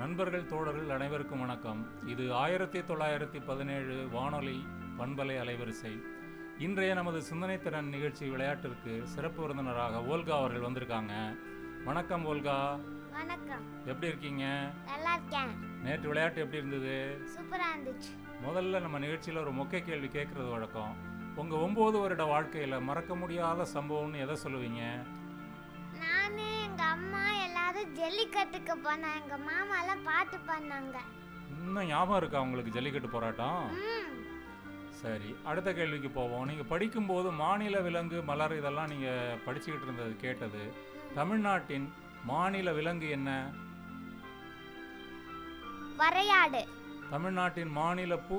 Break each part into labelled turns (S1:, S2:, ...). S1: நண்பர்கள் தோழர்கள் அனைவருக்கும் வணக்கம் இது ஆயிரத்தி தொள்ளாயிரத்தி பதினேழு வானொலி பண்பலை அலைவரிசை இன்றைய நமது சிந்தனை திறன் நிகழ்ச்சி விளையாட்டிற்கு சிறப்பு விருந்தினராக ஓல்கா அவர்கள் வந்திருக்காங்க வணக்கம் ஓல்கா
S2: வணக்கம்
S1: எப்படி இருக்கீங்க
S2: நல்லா இருக்கேன்
S1: நேற்று விளையாட்டு எப்படி இருந்தது
S2: சூப்பரா இருந்துச்சு
S1: முதல்ல நம்ம நிகழ்ச்சியில் ஒரு மொக்கை கேள்வி கேட்குறது வழக்கம் உங்கள் ஒம்பது வருட வாழ்க்கையில் மறக்க முடியாத சம்பவம்னு எதை சொல்லுவீங்க
S2: நான் எங்க அம்மா எல்லாரும் ஜல்லிக்கட்டுக்கு போனோம் எங்க மாமாலாம் பாட்டு பாடினாங்க
S1: இன்னும் ஞாபகம் இருக்கா உங்களுக்கு ஜல்லிக்கட்டு போராட்டம்
S2: ம்
S1: சரி அடுத்த கேள்விக்கு போவோம் நீங்கள் படிக்கும்போது மாநில விலங்கு மலர் இதெல்லாம் நீங்கள் படிச்சுக்கிட்டு இருந்தது கேட்டது தமிழ்நாட்டின் மாநில விலங்கு என்ன
S2: வரையாடு
S1: தமிழ்நாட்டின் மாநில பூ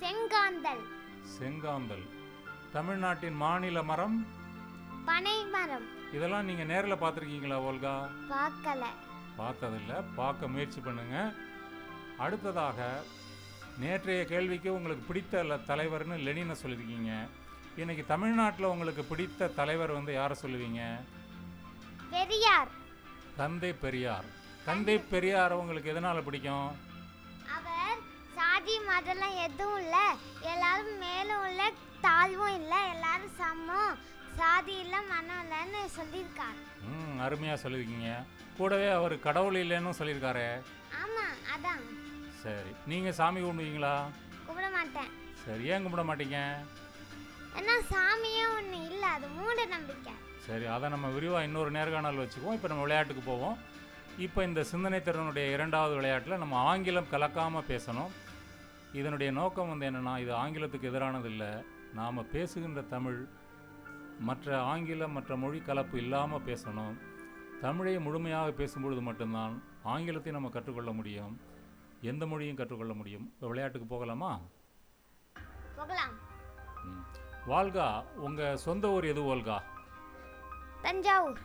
S2: செங்காந்தல்
S1: செங்காந்தல் தமிழ்நாட்டின் மாநில மரம்
S2: பனை மரம்
S1: இதெல்லாம் நீங்கள் நேரில் பார்த்துருக்கீங்களா ஓல்கா
S2: பார்க்கல
S1: பார்த்ததில்ல பார்க்க முயற்சி பண்ணுங்க அடுத்ததாக நேற்றைய கேள்விக்கு உங்களுக்கு பிடித்த ல- தலைவர்னு லெனினை சொல்லியிருக்கீங்க இன்னைக்கு தமிழ்நாட்டில் உங்களுக்கு பிடித்த தலைவர் வந்து யாரை சொல்லுவீங்க
S2: பெரியார்
S1: தந்தை பெரியார் தந்தை பெரியார் உங்களுக்கு எதனால் பிடிக்கும்
S2: அவர் சாதி மதம்லாம் எதுவும் இல்லை எல்லாரும் மேலும் இல்லை தாழ்வும் இல்லை எல்லாரும் சமம் சாதி இல்லை மனம் இல்லைன்னு சொல்லியிருக்காங்க
S1: ம் அருமையாக சொல்லியிருக்கீங்க கூடவே அவர் கடவுள் இல்லைன்னு சொல்லியிருக்காரு
S2: ஆமாம் அதான்
S1: சரி நீங்கள் சாமி கும்பிடுவீங்களா
S2: கும்பிட மாட்டேன்
S1: சரி ஏன் கும்பிட மாட்டீங்க
S2: ஏன்னா சாமியே ஒன்று இல்லை அது மூட நம்பிக்கை
S1: சரி அதை நம்ம விரிவாக இன்னொரு நேர்காணல் வச்சுக்குவோம் இப்போ நம்ம விளையாட்டுக்கு போவோம் இப்போ இந்த சிந்தனை திறனுடைய இரண்டாவது விளையாட்டில் நம்ம ஆங்கிலம் கலக்காமல் பேசணும் இதனுடைய நோக்கம் வந்து என்னென்னா இது ஆங்கிலத்துக்கு எதிரானது இல்லை நாம் பேசுகின்ற தமிழ் மற்ற ஆங்கிலம் மற்ற மொழி கலப்பு இல்லாமல் பேசணும் தமிழை முழுமையாக பேசும்பொழுது மட்டும்தான் ஆங்கிலத்தை நம்ம கற்றுக்கொள்ள முடியும் எந்த மொழியும் கற்றுக்கொள்ள முடியும் இப்போ விளையாட்டுக்கு போகலாமா
S2: போகலாம்
S1: ம். வால்கா உங்கள் சொந்த ஊர் எது வால்கா
S2: தஞ்சாவூர்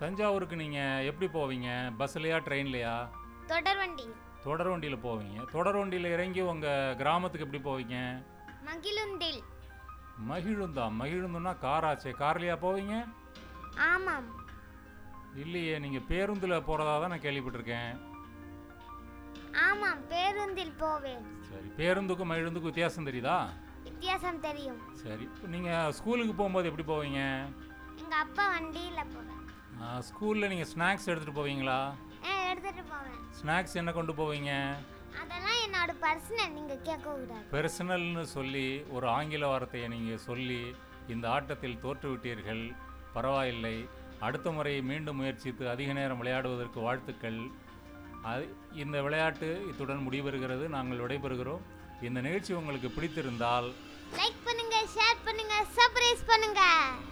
S1: தஞ்சாவூருக்கு நீங்கள் எப்படி போவீங்க பஸ்லையா ட்ரெயின்லையா
S2: தொடர்வண்டி
S1: தொடர் வண்டியில் போவீங்க தொடர் வண்டியில் இறங்கி உங்கள் கிராமத்துக்கு எப்படி போவீங்க
S2: மகிழுந்தில்
S1: மகிழுந்தா மகிழுந்துன்னா காராச்சே கார்லையா போவீங்க
S2: ஆமாம்
S1: இல்லையே நீங்கள் பேருந்தில் போகிறதா தான் நான் கேள்விப்பட்டிருக்கேன்
S2: ஆமாம் பேருந்தில் போவேன்
S1: சரி பேருந்துக்கும் மகிழுந்துக்கும் வித்தியாசம் தெரியுதா
S2: வித்தியாசம் தெரியும்
S1: சரி நீங்கள் ஸ்கூலுக்கு போகும்போது எப்படி போவீங்க
S2: எங்கள் அப்பா வண்டியில் போவேன்
S1: ஸ்கூலில் நீங்கள் ஸ்நாக்ஸ் எடுத்துகிட்டு போவீங்களா
S2: நான் எடுத்துகிட்டு போவேன்
S1: ஸ்நாக்ஸ் என்ன கொண்டு போவீங்க
S2: அதெல்லாம் என்னோட பர்சனல் நீங்கள் கேட்கக்கூடாது
S1: பெர்சனல்னு சொல்லி ஒரு ஆங்கில வார்த்தையை நீங்கள் சொல்லி இந்த ஆட்டத்தில் தோற்றுவிட்டீர்கள் பரவாயில்லை அடுத்த முறை மீண்டும் முயற்சித்து அதிக நேரம் விளையாடுவதற்கு வாழ்த்துக்கள் அது இந்த விளையாட்டு இத்துடன் முடிவருகிறது நாங்கள் விடைபெறுகிறோம் இந்த நிகழ்ச்சி உங்களுக்கு பிடித்திருந்தால்
S2: லைக் பண்ணுங்கள் ஷேர் பண்ணுங்கள் சர்ப்ரைஸ் பண்ணுங்கள்